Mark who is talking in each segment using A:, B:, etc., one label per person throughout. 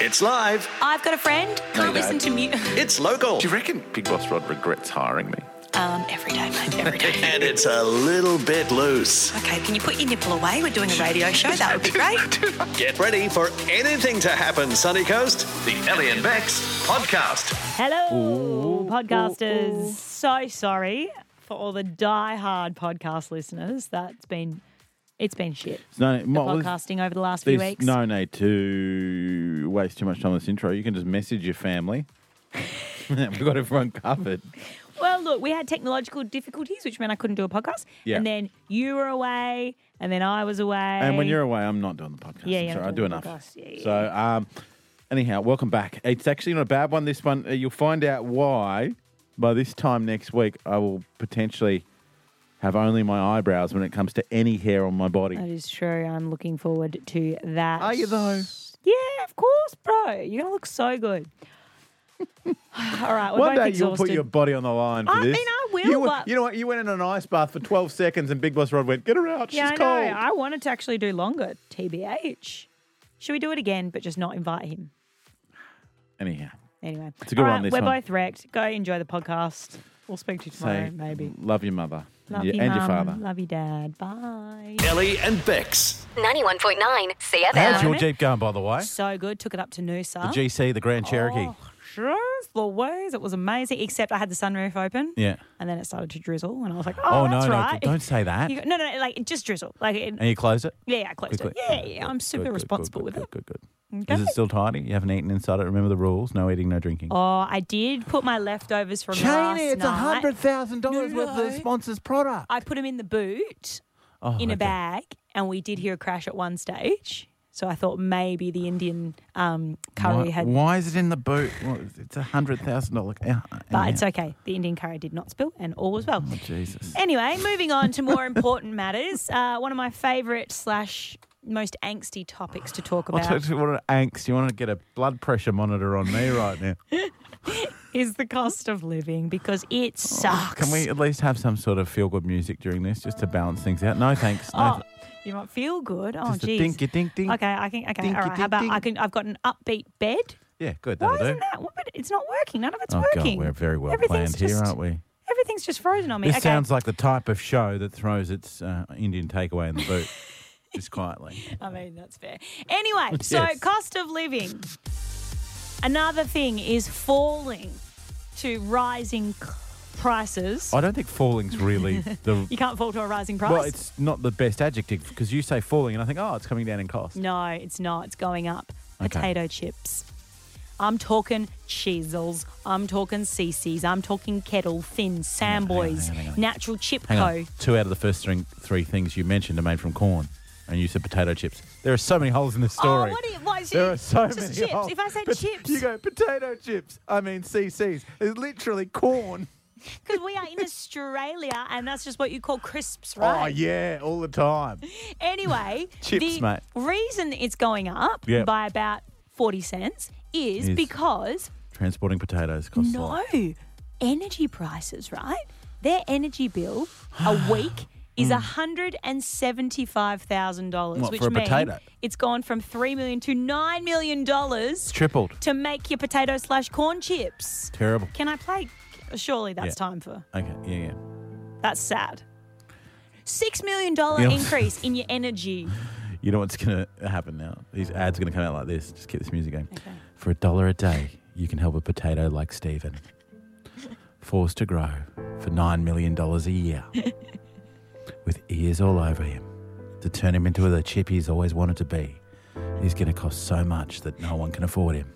A: It's live.
B: I've got a friend. Can't
A: you
B: listen to music.
A: It's local.
C: Do you reckon Big Boss Rod regrets hiring me?
B: Um, every day, mate. Every day.
A: And it's a little bit loose.
B: Okay, can you put your nipple away? We're doing a radio show. That would be great.
A: Get ready for anything to happen, Sunny Coast. The Ellie and Bex podcast.
D: Hello, podcasters. So sorry for all the die-hard podcast listeners. That's been it's been shit.
C: No,
D: The
C: Oh, well, there's-
D: podcasting over the last few
C: there's
D: weeks.
C: no need to waste too much time on this intro. You can just message your family. We've got everyone covered.
D: Well, look, we had technological difficulties, which meant I couldn't do a podcast.
C: Yeah.
D: And then you were away, and then I was away.
C: And when you're away, I'm not doing the podcast.
D: Yeah,
C: I'm
D: you're
C: sorry,
D: not
C: I do
D: doing the
C: enough.
D: podcast. Yeah, yeah,
C: So, um, anyhow, welcome back. It's actually not a bad one. This one, Uh, you'll find out why by this time next week. I will potentially have only my eyebrows when it comes to any hair on my body.
D: that is true. I'm looking forward to that.
C: Are you though?
D: Yeah, of course, bro. You're gonna look so good. all right, we're
C: One
D: both
C: day
D: exhausted.
C: you'll put your body on the line for
D: I
C: this.
D: mean, I will,
C: You, were-
D: but-
C: you know what? You went in an ice bath for 12 seconds, and Big Boss Rod went, "Get her out.
D: Yeah,
C: She's
D: I know.
C: cold."
D: I wanted to actually do longer. TBH. Should we do it again, but just not invite him?
C: Anyhow,
D: Anyway, it's
C: a good one, this
D: we're
C: one.
D: both wrecked. Go enjoy the podcast. We'll speak to you tomorrow,
C: say,
D: maybe.
C: love your mother
D: Love
C: and,
D: you,
C: your, and your
D: Mum.
C: father.
D: Love you, Dad. Bye.
A: Ellie and Bex.
E: 91.9
C: How's
E: CFM.
C: your Jeep going, by the way?
D: So good. Took it up to Noosa.
C: GC, the Grand Cherokee.
D: Oh, sure, as always. It was amazing, except I had the sunroof open.
C: Yeah.
D: And then it started to drizzle, and I was like, "Oh, that's right."
C: say that.
D: You go- no, no, no, like just drizzle. Like, it,
C: you close it?
D: yeah, yeah, I closed it.
C: quickly.
D: Yeah, yeah, I'm super responsible with it.
C: Good, good,
D: Okay. Is it
C: still tidy? You haven't eaten inside it. Remember the rules: no eating, no drinking.
D: Oh, I did put my leftovers from last
C: Cheney, it's a
D: night.
C: hundred thousand dollars worth of
D: No.
C: sponsors product.
D: I put them in the boot
C: Oh,
D: in
C: okay.
D: a bag, and we did hear a crash at one stage. So I thought maybe the Indian um, curry
C: Why,
D: had,
C: why is it in the boot? Well, it's a hundred thousand dollars.
D: but it's okay. The Indian curry did not spill, and all was well.
C: Oh, Jesus.
D: Anyway, moving on to more important matters. Uh, one of my favourite slash most angsty topics to talk
C: I'll tell
D: about
C: you what an angst. You want to get a blood pressure monitor on me right now.
D: is the cost of living because it sucks.
C: Oh, Can we at least have some sort of feel good music during this just to balance things out? No thanks.
D: Oh,
C: No
D: you might feel good. Oh,
C: Just a
D: jeez.
C: dinky dink dink.
D: Okay, I can. Okay,
C: Dinky
D: all right.
C: dink
D: How about I
C: dink.
D: can? I've got an upbeat bed.
C: yeah, good.
D: Why
C: That'll
D: isn't
C: do.
D: that? What, but it's not working. None of it's
C: Oh,
D: working.
C: God, we're very well
D: Everything's
C: planned here,
D: just-
C: aren't we?
D: Everything's just frozen on me.
C: This
D: okay.
C: sounds like the type of show that throws its uh, Indian takeaway in the boot just quietly.
D: I mean, that's fair. Anyway, so
C: Yes.
D: cost of living. Another thing is falling to rising c- prices.
C: I don't think falling's really the.
D: You can't fall to a rising price.
C: Well, it's not the best adjective because you say falling and I think, oh, it's coming down in cost.
D: No, it's not. It's going up.
C: Okay.
D: Potato chips. I'm talking chisels. I'm talking CC's. I'm talking Kettle, Thin, Samboys,
C: hang on, hang on.
D: Natural Chip
C: Hang
D: Co.
C: on. Two out of the first three, three things you mentioned are made from corn, and you said potato chips. There are so many holes in the story.
D: Oh, what do you, why is
C: there
D: it-
C: are so
D: just
C: many
D: chips.
C: holes.
D: If I said
C: But
D: chips,
C: you go potato chips. I mean CCs. It's literally corn.
D: because we are in Australia and that's just what you call crisps,
C: Oh
D: right?
C: yeah, all the time.
D: Anyway,
C: Chips,
D: the
C: mate.
D: reason it's going up
C: Yep.
D: by about 40 cents is
C: Is-
D: because
C: Transporting potatoes costs a lot.
D: No, energy prices, right? Their energy bill a week is hundred and seventy-five thousand dollars,
C: Hmm. What,
D: which
C: for a
D: means
C: potato?
D: it's gone from three million to nine million dollars
C: Tripled.
D: to make your potato slash corn chips.
C: Terrible.
D: Can I play? Surely that's
C: Yeah.
D: time for
C: Okay. Yeah. Yeah.
D: that's sad. Six million dollar
C: You know-
D: increase in your energy.
C: You know what's going to happen now? These ads are going to come out like this. Just keep this music going. For a dollar a day, you can help a potato like Stephen. Forced to grow for $9 million a year. with ears all over him. To turn him into the chip he's always wanted to be. He's going to cost so much that no one can afford him.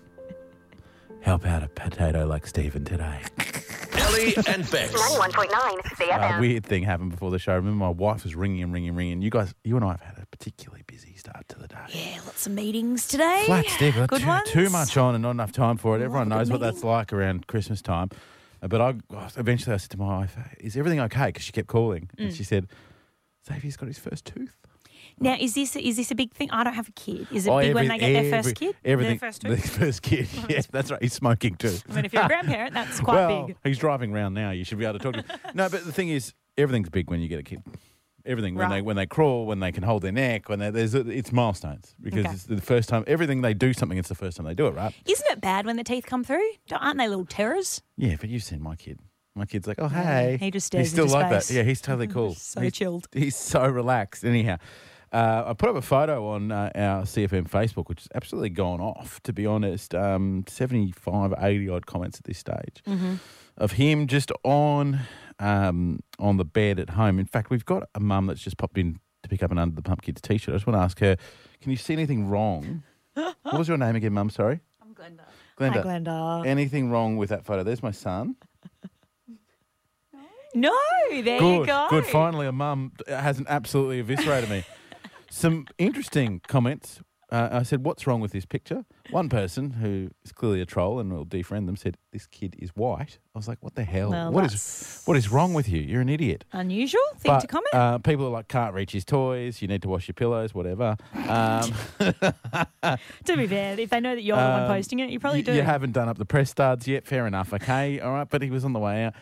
C: Help out a potato like Stephen today.
A: Ellie and Bex.
E: 91.9 CFM.
C: A Uh, weird thing happened before the show. I remember my wife was ringing and ringing and ringing. You guys, you and I have had a particularly busy start to the day.
D: Yeah, lots of meetings today.
C: Flat stick. I've got
D: Good
C: too,
D: ones.
C: too much on and not enough time for it. Everyone
D: Love a
C: knows what
D: meeting.
C: that's like around Christmas time. Uh, But I eventually I said to my wife, "Is everything okay?" Because she kept calling, and she said, "Xavier's got his first tooth."
D: Now, Mm. is this is this a big thing? I don't have a kid. Is it
C: Oh,
D: big when they
C: every-
D: get their
C: every-
D: first kid?
C: Everything.
D: Their first
C: the
D: tooth?
C: first kid. yes, that's right. He's smoking too.
D: I mean, if you're a grandparent, that's quite
C: well,
D: big.
C: he's driving around now. You should be able to talk to him. no, but the thing is, everything's big when you get a kid. Everything when
D: Right.
C: they when they crawl, when they can hold their neck, when they, there's it's milestones because
D: Okay.
C: it's the first time everything they do something. It's the first time they do it, right?
D: Isn't it bad when the teeth come through? Don't- Aren't they little terrors?
C: Yeah, but you've seen my kid. My kid's like, oh hey,
D: he just stares
C: He's still
D: into
C: like that.
D: space.
C: Yeah, he's totally cool.
D: So
C: He's-
D: chilled.
C: He's so relaxed. Anyhow, uh, I put up a photo on uh, our CFM Facebook, which has absolutely gone off. To be honest, um, 75, 80 odd comments at this stage
D: Mm-hmm.
C: of him just on um, on the bed at home. In fact, we've got a mum that's just popped in to pick up an under the pump kids t-shirt. I just want to ask her, can you see anything wrong? what was your name again, mum? Sorry,
B: I'm Glenda.
C: Glenda.
D: Hi, Glenda.
C: Anything wrong with that photo? There's my son.
D: No, there you
C: Good,
D: go.
C: good. Finally, a mum hasn't absolutely eviscerated me. Some interesting comments. Uh, I said, "What's wrong with this picture?" One person who is clearly a troll and will defriend them said, "This kid is white." I was like, "What the hell?
D: Well,
C: what is
D: that's-
C: what is wrong with you? You're an idiot."
D: Unusual thing to comment.
C: Uh, people are like, "Can't reach his toys. You need to wash your pillows. Whatever." Um,
D: to be fair, if they know that you're the one
C: um,
D: posting it, you probably
C: you,
D: do.
C: You haven't done up the press studs yet. Fair enough. Okay, all right. But he was on the way out.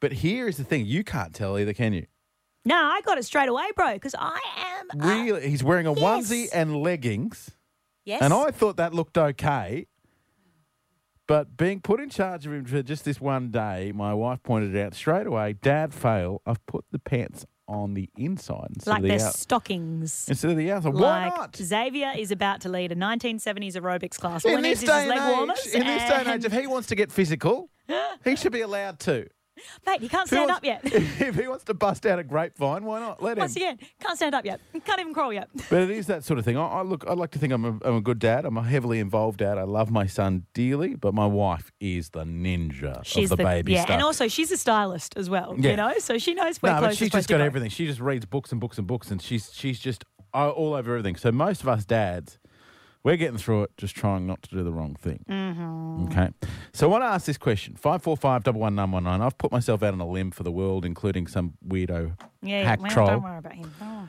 C: But here is the thing: you can't tell either, can you?
D: Nah, I got it straight away, bro, because I am. a-
C: Really, Uh, he's wearing a onesie
D: yes.
C: and leggings,
D: yes.
C: and I thought that looked okay. But being put in charge of him for just this one day, my wife pointed out straight away, "Dad, fail! I've put the pants on the inside instead
D: like
C: of the
D: their
C: out,
D: stockings.
C: instead of the outside. Why
D: Like
C: not?"
D: Xavier is about to lead a 1970s aerobics class. All
C: In
D: he
C: this
D: needs is
C: day
D: his
C: and
D: leg warmers.
C: age, in this day and age,
D: and-
C: if he wants to get physical, he should be allowed to.
D: mate, he can't
C: If he
D: stand
C: wants-
D: up yet.
C: If he wants to bust out a grapevine, why not? Let him.
D: Once again, can't stand up yet. Can't even crawl yet.
C: But it is that sort of thing. I, I look. I like to think I'm a, I'm a good dad. I'm a heavily involved dad. I love my son dearly, but my wife is the ninja of the, baby
D: yeah,
C: stuff.
D: and also she's a stylist as well.
C: Yeah.
D: You know, so she knows where
C: no,
D: clothes
C: but
D: are
C: she's
D: supposed
C: just
D: to
C: got
D: go.
C: everything. She just reads books and books and books, and she's she's just all all over everything. So most of us dads, we're getting through it, just trying not to do the wrong thing.
D: Mm-hmm.
C: Okay. So I want to ask this question: five four five double one nine one nine. I've put myself out on a limb for the world, including some weirdo
D: Yeah,
C: hack
D: well,
C: troll.
D: Don't worry about him. Oh.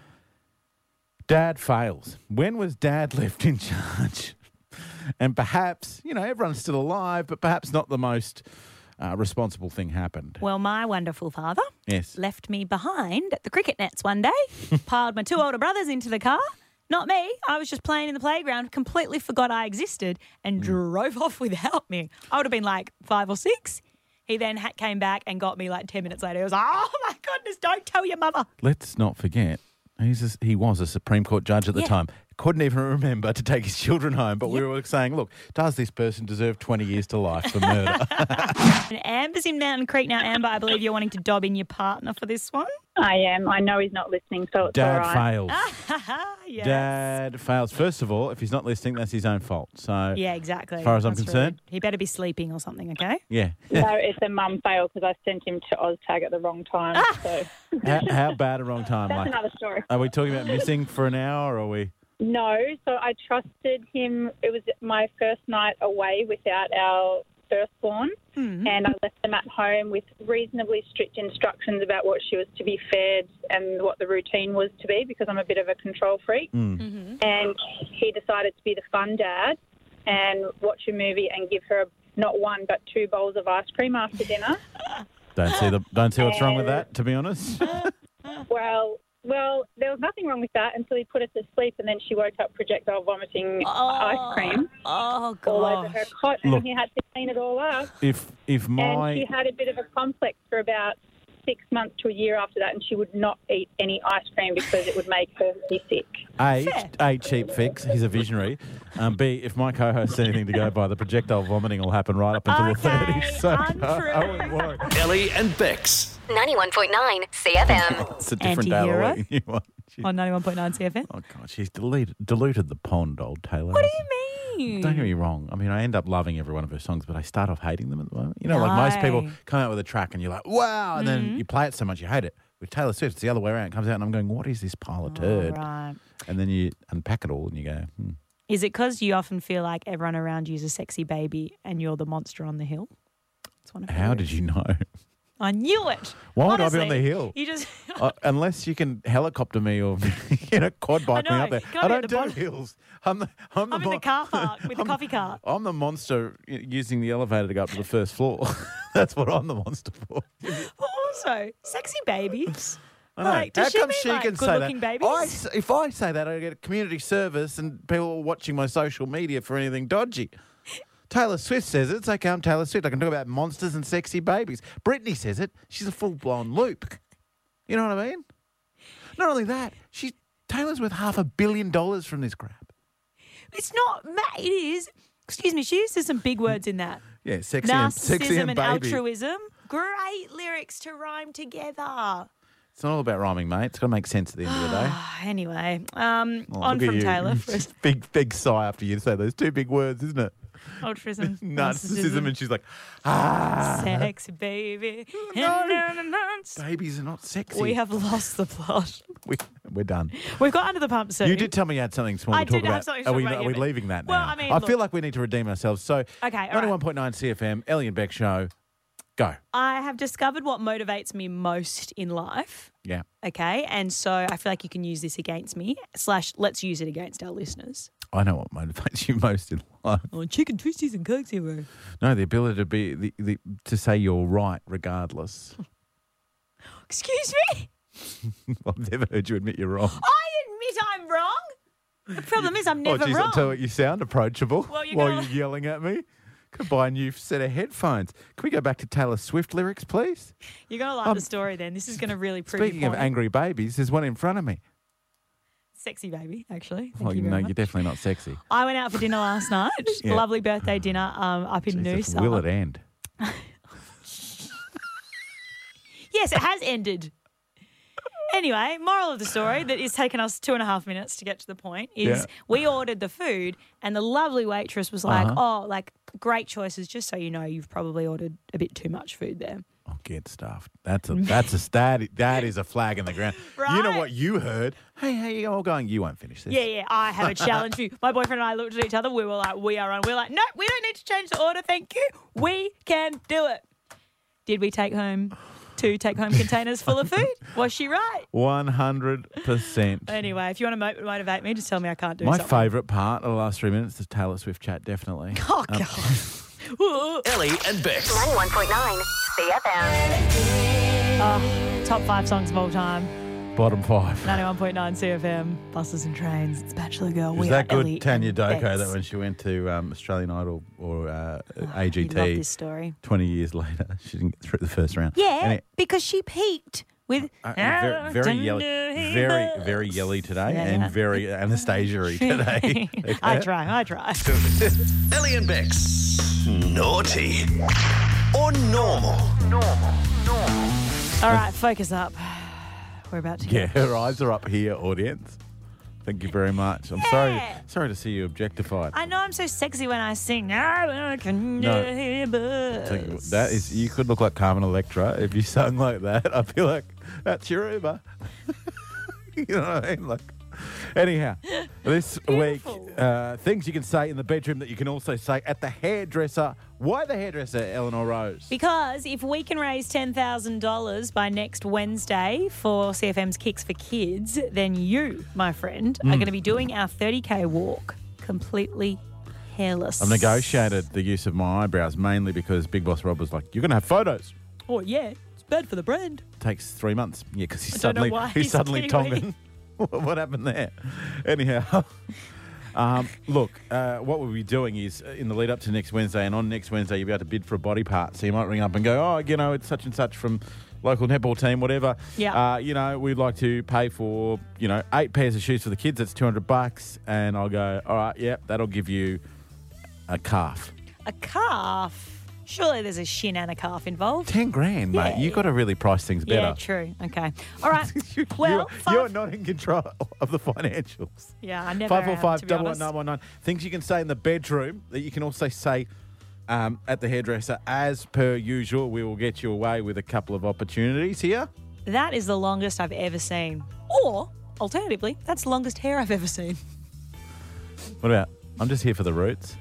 C: Dad fails. When was dad left in charge? And perhaps, you know, everyone's still alive, but perhaps not the most uh, responsible thing happened.
D: Well, my wonderful father
C: yes.
D: left me behind at the cricket nets one day, piled my two older brothers into the car. Not me. I was just playing in the playground, completely forgot I existed,
C: Mm.
D: and drove off without me. I would have been like five or six. He then ha- came back and got me like 10 minutes later. He was like, oh my goodness, don't tell your mother.
C: Let's not forget, he's a, he was a Supreme Court judge at the
D: Yeah.
C: time. Couldn't even remember to take his children home, but we were saying, look, does this person deserve 20 years to life for murder?
D: And Amber's in Mountain Creek now. Amber, I believe you're wanting to dob in your partner for this one.
E: I am. I know he's not listening, so it's all
C: Dad
E: right.
C: fails.
D: Haha, yes.
C: Dad fails. First of all, if he's not listening, that's his own fault. So,
D: Yeah, exactly.
C: As far as I'm
D: That's
C: concerned.
D: rude. he better be sleeping or something, okay?
C: yeah.
E: No, it's a mum fail because I sent him to OzTag at the wrong time. So
C: how, how bad a wrong time?
E: that's
C: like,
E: another story.
C: Are we talking about missing for an hour or are we?
E: No, so I trusted him. It was my first night away without our firstborn, and I left them at home with reasonably strict instructions about what she was to be fed and what the routine was to be because I'm a bit of a control freak.
C: Hmm.
E: And he decided to be the fun dad and watch a movie and give her not one but two bowls of ice cream after dinner.
C: Don't see the don't see what's wrong with that, to be honest.
E: Well, well, there was nothing wrong with that until he put her to sleep, and then she woke up projectile vomiting ice cream
D: Oh,
E: all over
D: gosh.
E: her cot, and
C: Look.
E: he had to clean it all up.
C: If if
E: And
C: my
E: she had a bit of a complex for about six months to a year after that, and she would not eat any ice cream because it would make her be sick.
C: A A cheap fix, he's a visionary. Um, B if my co-host's anything to go by, the projectile vomiting will happen right up until the
D: Okay,
C: thirties. So oh, I, I
D: untrue.
C: wouldn't worry.
A: Ellie and Bex.
F: 91.9 CFM.
C: It's a different day
D: Antihero?
C: of the week. You want- she-
D: On 91.9 CFN.
C: Oh god, she's deleted diluted the pond, old Taylor.
D: What do you mean?
C: Don't get me wrong. I mean, I end up loving every one of her songs, but I start off hating them at the moment. You know, like most people
D: No.
C: come out with a track and you're like, wow, and
D: Mm-hmm.
C: then you play it so much you hate it. With Taylor Swift, it's the other way around. It comes out and I'm going, what is this pile of turd?
D: Right.
C: And then you unpack it all and you go, hmm.
D: Is it because you often feel like everyone around you is a sexy baby and you're the monster on the hill? It's one of
C: how
D: your-
C: did you know?
D: I knew it.
C: Why would I be on
D: Honestly,
C: the hill?
D: You just
C: Uh, unless you can helicopter me or you know quad bike me
D: know.
C: up there.
D: Can't
C: I
D: be
C: don't
D: at
C: do
D: the bottom.
C: hills. I'm the I'm the,
D: I'm in the
C: mon-
D: car park with the coffee cart.
C: I'm the monster y- using the elevator to go up to the first floor. That's what I'm the monster for.
D: But also, sexy babies
C: I know.
D: Like,
C: How
D: does she
C: come
D: mean,
C: she
D: like,
C: can say that?
D: good-looking babies?
C: I s- if I say that, I get community service and people are watching my social media for anything dodgy. Taylor Swift says it. It's okay, I'm Taylor Swift. I can talk about monsters and sexy babies. Britney says it. She's a full blown loop. You know what I mean? Not only that, she's Taylor's worth half a billion dollars from this crap.
D: It's not. ma- It is. Excuse me. She uses some big words in that.
C: Yeah, sexy and sexy
D: Narcissism
C: and,
D: and
C: baby.
D: altruism. Great lyrics to rhyme together. Ah,
C: It's not all about rhyming, mate. It's got to make sense at the end of the day.
D: Anyway, um,
C: Oh,
D: on
C: look at
D: from
C: you.
D: Taylor for his
C: big, big sigh after you say those two big words, isn't it?
D: altruism,
C: Narcissism, and she's like,
D: sex, baby.
C: No.
D: Na, na, na, na.
C: babies are not sexy.
D: We have lost the plot.
C: we, we're done.
D: We've got under the pump soon.
C: You did tell me you had something small
D: I
C: to talk
D: did have
C: about.
D: something to
C: are
D: talk
C: we,
D: about,
C: are
D: yeah,
C: we
D: but-
C: leaving that
D: Well,
C: now?
D: I mean,
C: feel
D: look.
C: like we need to redeem ourselves. So,
D: all right.
C: 91.9 CFM, Ellie and Beck show. Go.
D: I have discovered what motivates me most in life.
C: Yeah.
D: Okay, and so I feel like you can use this against me. Slash, let's use it against our listeners.
C: I know what motivates you most in life.
D: Oh, chicken twisties and Coke Zero.
C: No, the ability to be the, the to say you're right regardless.
D: Excuse me.
C: I've never heard you admit you're wrong.
D: I admit I'm wrong. The problem is I'm never
C: oh, geez, I
D: wrong.
C: tell you, what, you sound approachable
D: Well, you
C: while
D: gotta-
C: you're yelling at me. Could buy a new set of headphones. Can we go back to Taylor Swift lyrics, please?
D: You're gonna love
C: Um,
D: the story then. This is gonna really prove
C: Speaking
D: your
C: of
D: point.
C: angry babies, there's one in front of me.
D: sexy baby. Actually, thank
C: Well,
D: you
C: Oh, you
D: very
C: know,
D: much.
C: you're definitely not sexy.
D: I went out for dinner last night.
C: Yeah.
D: Lovely birthday dinner um, up in
C: Jesus,
D: Noosa.
C: will it end? eh?
D: Yes, it has ended. Anyway, moral of the story that it's taken us two and a half minutes to get to the point is
C: Yeah.
D: we ordered the food and the lovely waitress was like,
C: Uh-huh.
D: "Oh, like great choices. Just so you know, you've probably ordered a bit too much food there."
C: Oh, get stuffed. That's a that's a that, that is a flag in the ground. You know
D: Right?
C: what you heard? Hey, how you all going? You won't finish this.
D: Yeah, yeah. I have a challenge for you. My boyfriend and I looked at each other. We were like, "We are on." We're like, "No, we don't need to change the order. Thank you. We can do it." Did we take home two take-home containers full of food? Was she right?
C: One hundred percent.
D: Anyway, if you want to mo- motivate me, just tell me I can't do
C: My
D: something.
C: favourite part of the last three minutes is Taylor Swift chat. Definitely.
D: Oh god. Ooh.
A: Ellie and Bex.
F: 91.9 CFM.
D: Uh, Top five songs of all time.
C: Bottom five.
D: 91.9 CFM. Buses and trains. It's Bachelor Girl.
C: Was
D: we
C: that
D: are
C: good,
D: Ellie
C: Tanya
D: and
C: Doko?
D: Bex.
C: That when she went to um, Australian Idol or uh,
D: You love this
C: AGT
D: story.
C: twenty years later, she didn't get through the first round.
D: Yeah,
C: And it-
D: because she peaked with
C: uh, very, very yelly, very, very yelly today,
D: Yeah.
C: and very Anastasia-y today.
D: I try, I try.
A: Ellie and Bex. Naughty or normal?
D: All right, focus up. We're about to
C: yeah,
D: get.
C: her eyes are up here, audience. Thank you very much. I'm sorry,
D: Yeah.
C: sorry to see you objectified.
D: I know I'm so sexy when I sing. I can
C: No.
D: hear birds.
C: that is, you could look like Carmen Electra if you sung like that. I feel like that's your Uber. you know what I mean? Like, anyhow, this
D: Beautiful.
C: week, uh, things you can say in the bedroom that you can also say at the hairdresser. Why the hairdresser, Eleanor Rose?
D: Because if we can raise $10,000 by next Wednesday for CFM's Kicks for Kids, then you, my friend,
C: Mm.
D: are going to be doing our 30K walk completely hairless.
C: I've negotiated the use of my eyebrows mainly because Big Boss Rob was like, "You're gonna have photos."
D: Oh, yeah. It's bad for the brand.
C: takes three months. Yeah, because he's
D: don't know
C: suddenly
D: why
C: he's,
D: he's
C: suddenly
D: Kiwi.
C: Tongan. what happened there? Anyhow, um, look, uh, what we'll be doing is uh, in the lead up to next Wednesday, and on next Wednesday you'll be able to bid for a body part. So you might ring up and go, oh, you know, it's such and such from local netball team, whatever.
D: Yeah.
C: Uh, you know, we'd like to pay for you know eight pairs of shoes for the kids. That's two hundred bucks, and I'll go, all right, yep, that'll give you a calf.
D: A calf. Surely there's a shin and a calf involved.
C: Ten grand, mate.
D: Yeah.
C: You've got to really price things better.
D: Yeah, true. Okay. All right.
C: You-
D: well,
C: you,
D: five-
C: you're not in control of the financials.
D: Yeah, I never
C: Five four
D: am,
C: five
D: to be
C: double one
D: honest.
C: nine one nine. Things you can say in the bedroom that you can also say um, at the hairdresser. As per usual, we will get you away with a couple of opportunities here.
D: That is the longest I've ever seen. Or, alternatively, that's the longest hair I've ever seen.
C: What about? I'm just here for the roots.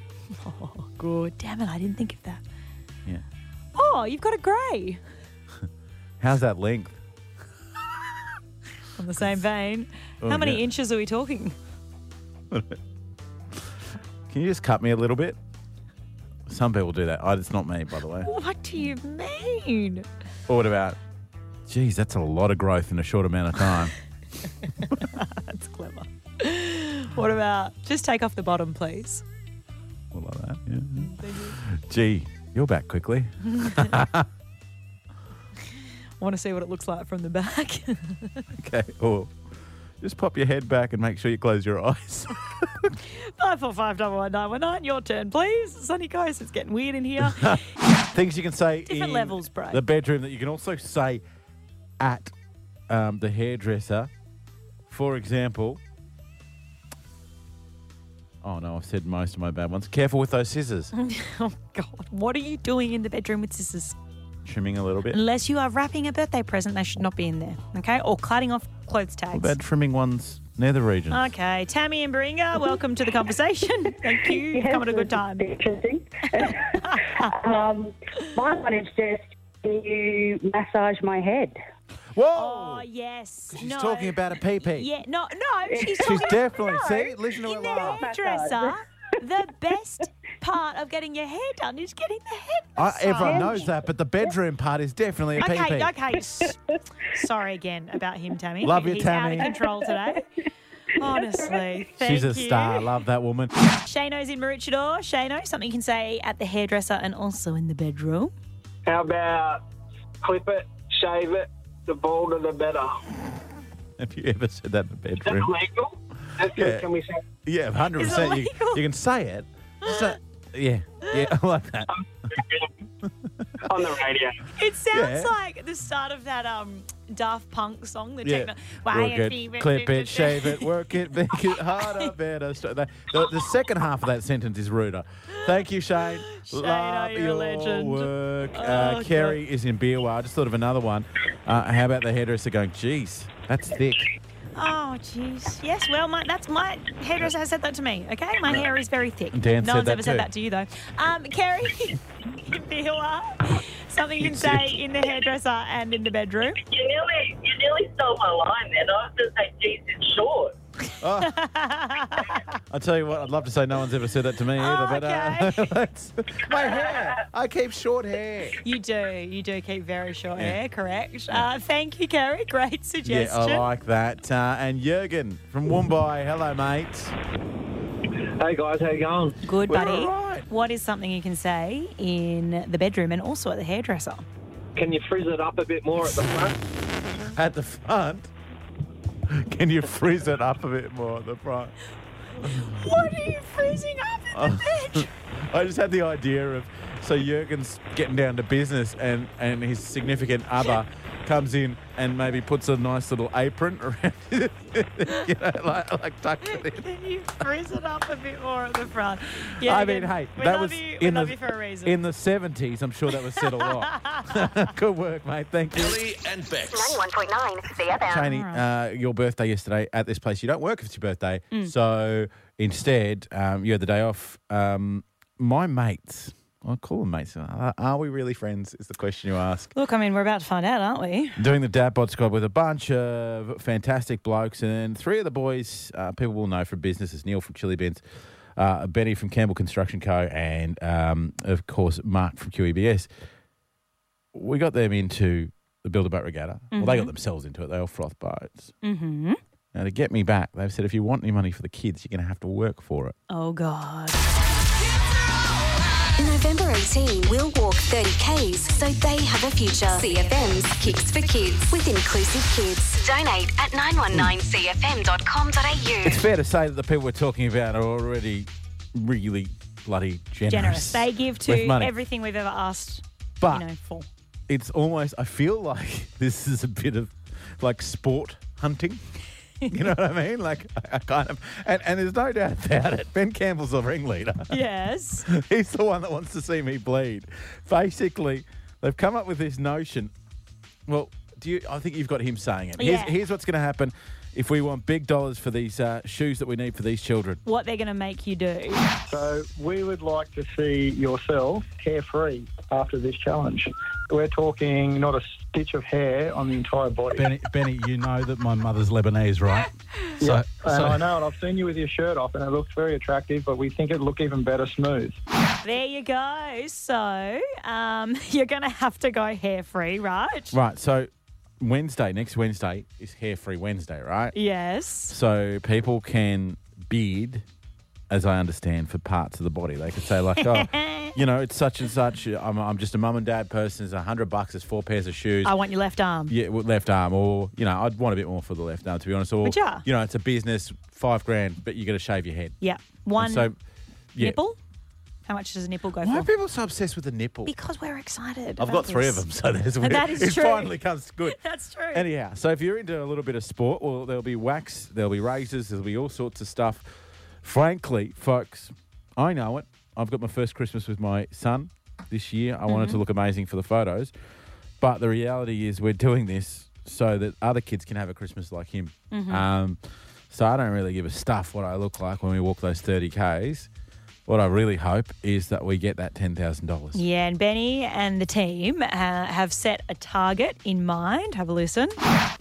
D: Oh, good. Damn it, I didn't think of that.
C: Yeah.
D: Oh, you've got a grey.
C: How's that length?
D: On the same vein,
C: Oh,
D: how many
C: yeah.
D: inches are we talking?
C: Can you just cut me a little bit? Oh, Some people do that. I, it's not me, by the way.
D: What do you mean?
C: Or what about? Geez, that's a lot of growth in a short amount of time.
D: That's clever. What about just take off the bottom, please?
C: All like that. Yeah. Gee, you're back quickly.
D: I want to see what it looks like from the back.
C: Okay. Or just pop your head back and make sure you close your eyes.
D: Five four five double one nine one nine. Your turn, please. Sunny Coast, it's getting weird in here.
C: Things you can say
D: Different
C: in
D: levels, bro.
C: the bedroom that you can also say at um, the hairdresser. For example, oh no, I've said most of my bad ones. Careful with those scissors.
D: oh God, what are you doing in the bedroom with scissors?
C: Trimming a little bit.
D: Unless you are wrapping a birthday present, they should not be in there. Okay, or cutting off clothes tags.
C: What about trimming one's nether regions?
D: Okay, Tammy and Baringa, welcome to the conversation. Thank you. You've come at a good time.
G: Interesting. um, my one is just can you massage my head?
C: Whoa!
D: Oh yes.
C: She's
D: no.
C: talking about a pee pee.
D: Yeah. No. No. She's
C: She's
D: talking
C: definitely see. Listen to
D: in
C: her
D: the
C: laugh.
D: hairdresser. the best part of getting your hair done is getting the head.
C: I, everyone
D: massage.
C: knows that, but the bedroom part is definitely a pee pee.
D: Okay, okay. S- Sorry again about him, Tammy.
C: Love you,
D: He's
C: Tammy.
D: out of control today. Honestly, thank
C: She's a
D: you.
C: star. Love that woman.
D: Shano's in Maroochydore. Shano, something you can say at the hairdresser and also in the bedroom.
H: How about clip it, shave it, the bolder the better?
C: Have you ever said that in the
H: Is that
C: bedroom?
H: legal? That's
C: Yeah.
H: Can we say?
C: Yeah, hundred percent. You,
D: illegal.
C: you can say it. So- yeah, yeah, I like that.
H: On the radio.
D: It sounds
C: Yeah.
D: like the start of that um Daft Punk song, the
C: Yeah,
D: techno.
C: real
D: Why
C: good.
D: if you-
C: Clip it, shave it, work it, make it harder, better. str- The, the, the second half of that sentence is ruder. Thank you, Shane. Love
D: oh, you're a
C: your
D: legend. Oh,
C: work. Uh,
D: God.
C: Kerry is in Beerwah. I just thought of another one. Uh, how about the hairdresser going? Geez, that's thick.
D: Oh, jeez. Yes, well, my, that's my hairdresser has said that to me, okay? My hair is very thick.
C: Dan
D: no
C: said
D: one's
C: that
D: ever said
C: too.
D: that to you, though. Um, Kerry, if you are, something you can say in the hairdresser and in the bedroom.
G: You nearly, you nearly stole my line there. I was going to say, geez, it's short.
C: I tell you what, I'd love to say no one's ever said that to me either,
D: Okay.
C: but uh, that's- my hair. I keep short hair.
D: You do. You do keep very short hair, correct? Uh, thank you, Kerry. Great
C: Yeah,
D: suggestion.
C: I like that. Uh, and Jurgen from Mumbai. Hello, mate.
H: Hey guys, how you going?
D: Good,
C: We're
D: buddy.
C: all right.
D: What is something you can say in the bedroom and also at the hairdresser?
H: Can you frizz it up a bit more at the front?
C: At the front. Can you frizz it up a bit more at the front?
D: What are you freezing up in the
C: Oh.
D: bed?
C: I just had the idea of so Jurgen's getting down to business and, and his significant other comes in and maybe puts a nice little apron around you know, like, like tucked it in.
D: Can you frizz it up a bit more at the front? Yeah,
C: I mean,
D: then
C: hey,
D: we
C: that
D: love
C: was
D: you, we
C: in
D: love
C: the
D: you for a reason.
C: in the seventies. I'm sure that was said a lot. Good work, mate. Thank you,
A: Ellie and Bex.
F: 91.9 CFM.
C: Tony. Uh, your birthday yesterday at this place. You don't work if it's your birthday, so instead um, you had the day off. Um, my mates, I call them mates. Are are we really friends? Is the question you ask.
D: Look, I mean, we're about to find out, aren't we?
C: Doing the dad bod squad with a bunch of fantastic blokes, and three of the boys uh, people will know from businesses: Neil from Chili Bins, uh, Benny from Campbell Construction Co, and um, of course Mark from QEBS. We got them into the Builder Boat Regatta. Well,
D: Mm-hmm.
C: they got themselves into it. They all froth boats. Mm-hmm. Now to get me back, they've said if you want any money for the kids, you're going to have to work for it.
D: Oh God.
F: November 18, we'll walk 30Ks so they have a future. CFM's Kicks for Kids with inclusive kids. Donate at 919cfm.com.au.
C: It's fair to say that the people we're talking about are already really bloody generous.
D: Generous. They give
C: with
D: to
C: money.
D: everything we've ever asked,
C: but
D: you know, for.
C: it's almost I feel like this is a bit of like sport hunting. You know what I mean? Like I, I kind of and, and there's no doubt about it. Ben Campbell's the ringleader.
D: Yes.
C: He's the one that wants to see me bleed. Basically, they've come up with this notion. Well, do you I think you've got him saying it. Here's,
D: Yeah.
C: here's what's gonna happen if we want big dollars for these uh, shoes that we need for these children.
D: What they're going to make you do.
H: So we would like to see yourself carefree after this challenge. We're talking not a stitch of hair on the entire body.
C: Benny Benny, you know that my mother's Lebanese, right?
H: yeah.
C: So-
H: and
C: so-
H: I know, and I've seen you with your shirt off, and it looks very attractive. But we think it look even better smooth.
D: There you go. So um, you're going to have to go hair free, right?
C: Right, so Wednesday, next Wednesday is Hair Free Wednesday, right?
D: Yes.
C: So people can beard, as I understand, for parts of the body. They could say like, oh, you know, it's such and such. I'm, I'm just a mum and dad person. It's a hundred bucks. It's four pairs of shoes.
D: I want your left arm.
C: yeah, with left arm, or you know, I'd want a bit more for the left arm, to be honest. Or
D: Would ya?
C: you know, it's a business, five grand, but you got to shave your head.
D: Yeah.
C: And
D: One
C: So, yeah.
D: nipple. How much does a nipple go
C: Why are
D: for?
C: people so obsessed with the nipple?
D: Because we're excited.
C: I've got
D: about
C: three of
D: this.
C: them, so there's
D: that is
C: it
D: true.
C: finally comes good.
D: That's true.
C: Anyhow, so if you're into a little bit of sport, well, there'll be wax, there'll be razors, there'll be all sorts of stuff. Frankly, folks, I know it. I've got my first Christmas with my son this year. I wanted to look amazing for the photos, but the reality is we're doing this so that other kids can have a Christmas like him. Um, so I don't really give a stuff what I look like when we walk those 30 Ks. What I really hope is that we get that $10,000.
D: Yeah, and Benny and the team uh, have set a target in mind. Have a listen.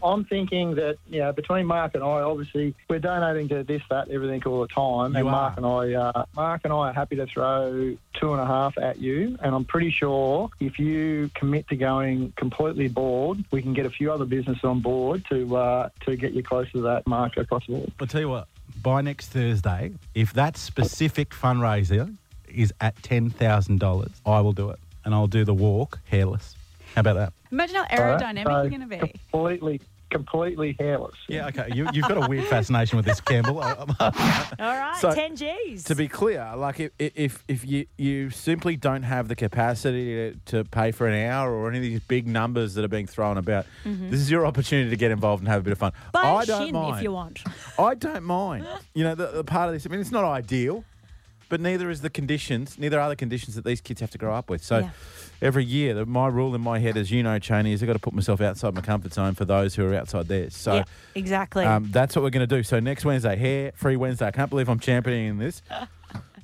H: I'm thinking that you know, between Mark and I, obviously we're donating to this, that, everything all the time,
C: You
H: and
C: are.
H: Mark and I, uh, Mark and I are happy to throw two and a half at you. And I'm pretty sure if you commit to going completely bored, we can get a few other businesses on board to uh, to get you closer to that mark if possible.
I: I'll tell you what, by next Thursday, if that specific fundraiser is at $10,000, I will do it. And I'll do the walk hairless. How about that?
J: Imagine how aerodynamic
H: So,
J: you're going to be.
H: Completely, completely hairless.
I: Yeah, okay. You, you've got a weird fascination with this, Campbell. I- I'm-
D: All right,
C: So,
D: 10 G's.
C: to be clear, like if if if you you simply don't have the capacity to, to pay for an hour or any of these big numbers that are being thrown about,
I: Mm-hmm.
C: this is your opportunity to get involved and have a bit of fun.
D: Buy a
C: I don't
D: shin
C: mind.
D: if you want.
C: I don't mind. You know, the, the part of this. I mean, it's not ideal, but neither is the conditions. Neither are the conditions that these kids have to grow up with. So.
D: Yeah.
C: Every year, the, my rule in my head, as you know, Cheney, is I've got to put myself outside my comfort zone for those who are outside theirs. So
D: yeah, exactly.
C: um, that's what we're going to do. So next Wednesday, hair free Wednesday. I can't believe I'm championing this.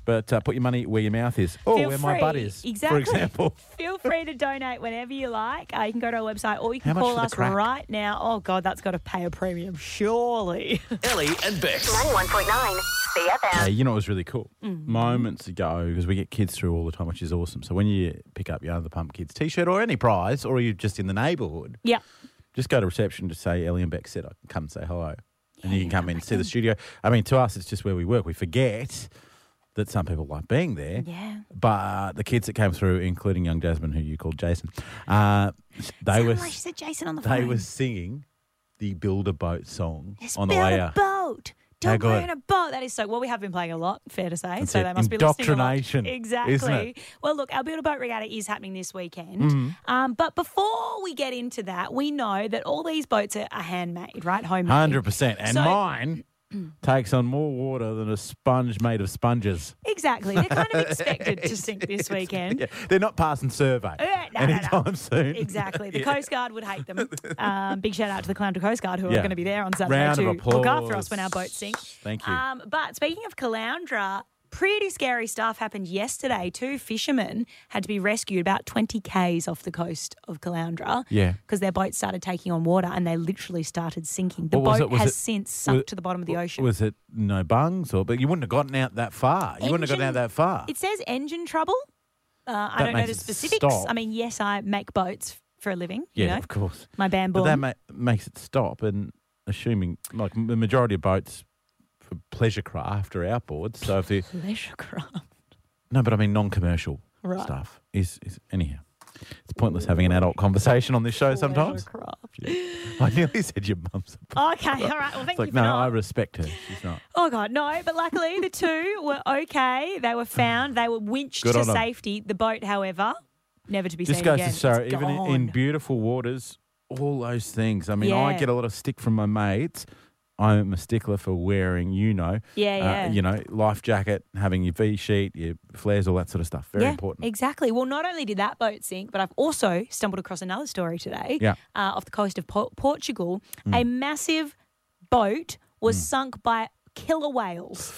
C: But uh, put your money where your mouth is, or
D: Feel
C: where my butt
D: free.
C: is,
D: Exactly.
C: for example.
D: Feel free to donate whenever you like. Uh, you can go to our website or you
C: How
D: can
C: much for
D: call
C: the
D: us
C: crack?
D: right now. Oh, God, that's got to pay a premium, surely.
A: Ellie and Bex.
F: 91.9
C: Hey,
F: CFM.
C: you know what was really cool?
D: Mm-hmm.
C: Moments ago, because we get kids through all the time, which is awesome. So when you pick up your Under the Pump Kids T-shirt or any prize, or you're just in the neighbourhood,
D: yeah.
C: just go to reception to say Ellie and Beck said, "I come and say hello," and you can come in and see the studio. I mean, to us, it's just where we work. We forget that some people like being there.
D: Yeah.
C: But the kids that came through, including young Jasmine, who you called Jason, uh, they were
D: Sounded like she said Jason on the
C: they
D: phone.
C: were singing the Build a Boat song
D: Let's
C: on the
D: build
C: way
D: a
C: out.
D: boat.
C: How
D: Don't
C: good.
D: burn a boat. That is so. Well, we have been playing a lot, fair to say.
C: That's
D: so
C: it.
D: they must be listening. a lot.
C: Indoctrination, isn't
D: Exactly.
C: it?
D: Well, look, our Build a Boat Regatta is happening this weekend.
C: Mm-hmm.
D: Um, but before we get into that, we know that all these boats are, are handmade, right? Homemade.
C: Hundred percent, and
D: So-
C: mine takes on more water than a sponge made of sponges.
D: Exactly. They're kind of expected to sink this weekend.
C: Yeah, they're not passing survey
D: Uh, no, no, no.
C: anytime soon.
D: Exactly. The Coast Guard would hate them. Um, big shout out to the Clown Coast Guard who
C: Yeah.
D: are going to be there on Saturday
C: Round
D: to
C: of
D: look after us
C: applause.
D: when our boats sink.
C: Thank you.
D: Um, but speaking of Caloundra, pretty scary stuff happened yesterday. Two fishermen had to be rescued about 20 k's off the coast of Caloundra.
C: Yeah.
D: Because their boat started taking on water and they literally started sinking. The
C: What was
D: boat
C: it? Was
D: has
C: it-
D: since sunk
C: was-
D: to the bottom of the ocean.
C: Was it no bungs or? But you wouldn't have gotten out that far. You wouldn't have gotten out
D: Engine-
C: that far.
D: It says engine trouble. Uh, I
C: That
D: don't know the
C: makes it
D: specifics.
C: stop.
D: I mean, yes, I make boats for a living.
C: yeah,
D: you know?
C: of course.
D: My bamboo.
C: But that ma- makes it stop. And assuming like m- the majority of boats for pleasure craft are outboard. So if you
D: pleasure craft.
C: no, but I mean non-commercial
D: Right.
C: stuff is is anyhow. It's pointless having an adult conversation on this show sometimes. I nearly said your mum's. A
D: Okay, all right. Well, thank
C: it's like
D: you for
C: no, I
D: not.
C: respect her. She's not.
D: oh God, no. But luckily, the two were okay. They were found. They were winched
C: Good
D: to
C: on 'em.
D: safety. The boat, however, never to be
C: Just
D: seen
C: goes
D: again.
C: to show,
D: It's
C: even in, in
D: gone.
C: beautiful waters, all those things. I mean, I
D: Yeah.
C: get a lot of stick from my mates. I'm a stickler for wearing, you know, uh,
D: Yeah, yeah.
C: you know, life jacket, having your V sheet, your flares, all that sort of stuff. Very
D: yeah,
C: important.
D: Exactly. Well, not only did that boat sink, but I've also stumbled across another story today
C: Yeah. Mm.
D: uh, off the coast of po- Portugal. A massive boat was sunk by killer whales.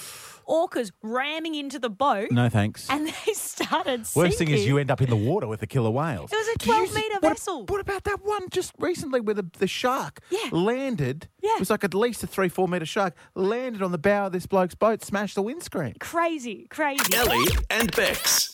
D: Orcas ramming into the boat
C: no thanks.
D: and they started sinking.
C: Worst thing is you end up in the water with the killer whales.
D: It was a
C: Do you
D: 12
C: see-
D: metre
C: what-
D: vessel.
C: What about that one just recently where the, the shark
D: Yeah.
C: landed?
D: Yeah.
C: It was like at least a three, four metre shark, landed on the bow of this bloke's boat, smashed the windscreen.
D: crazy, crazy.
A: Ellie and Bex.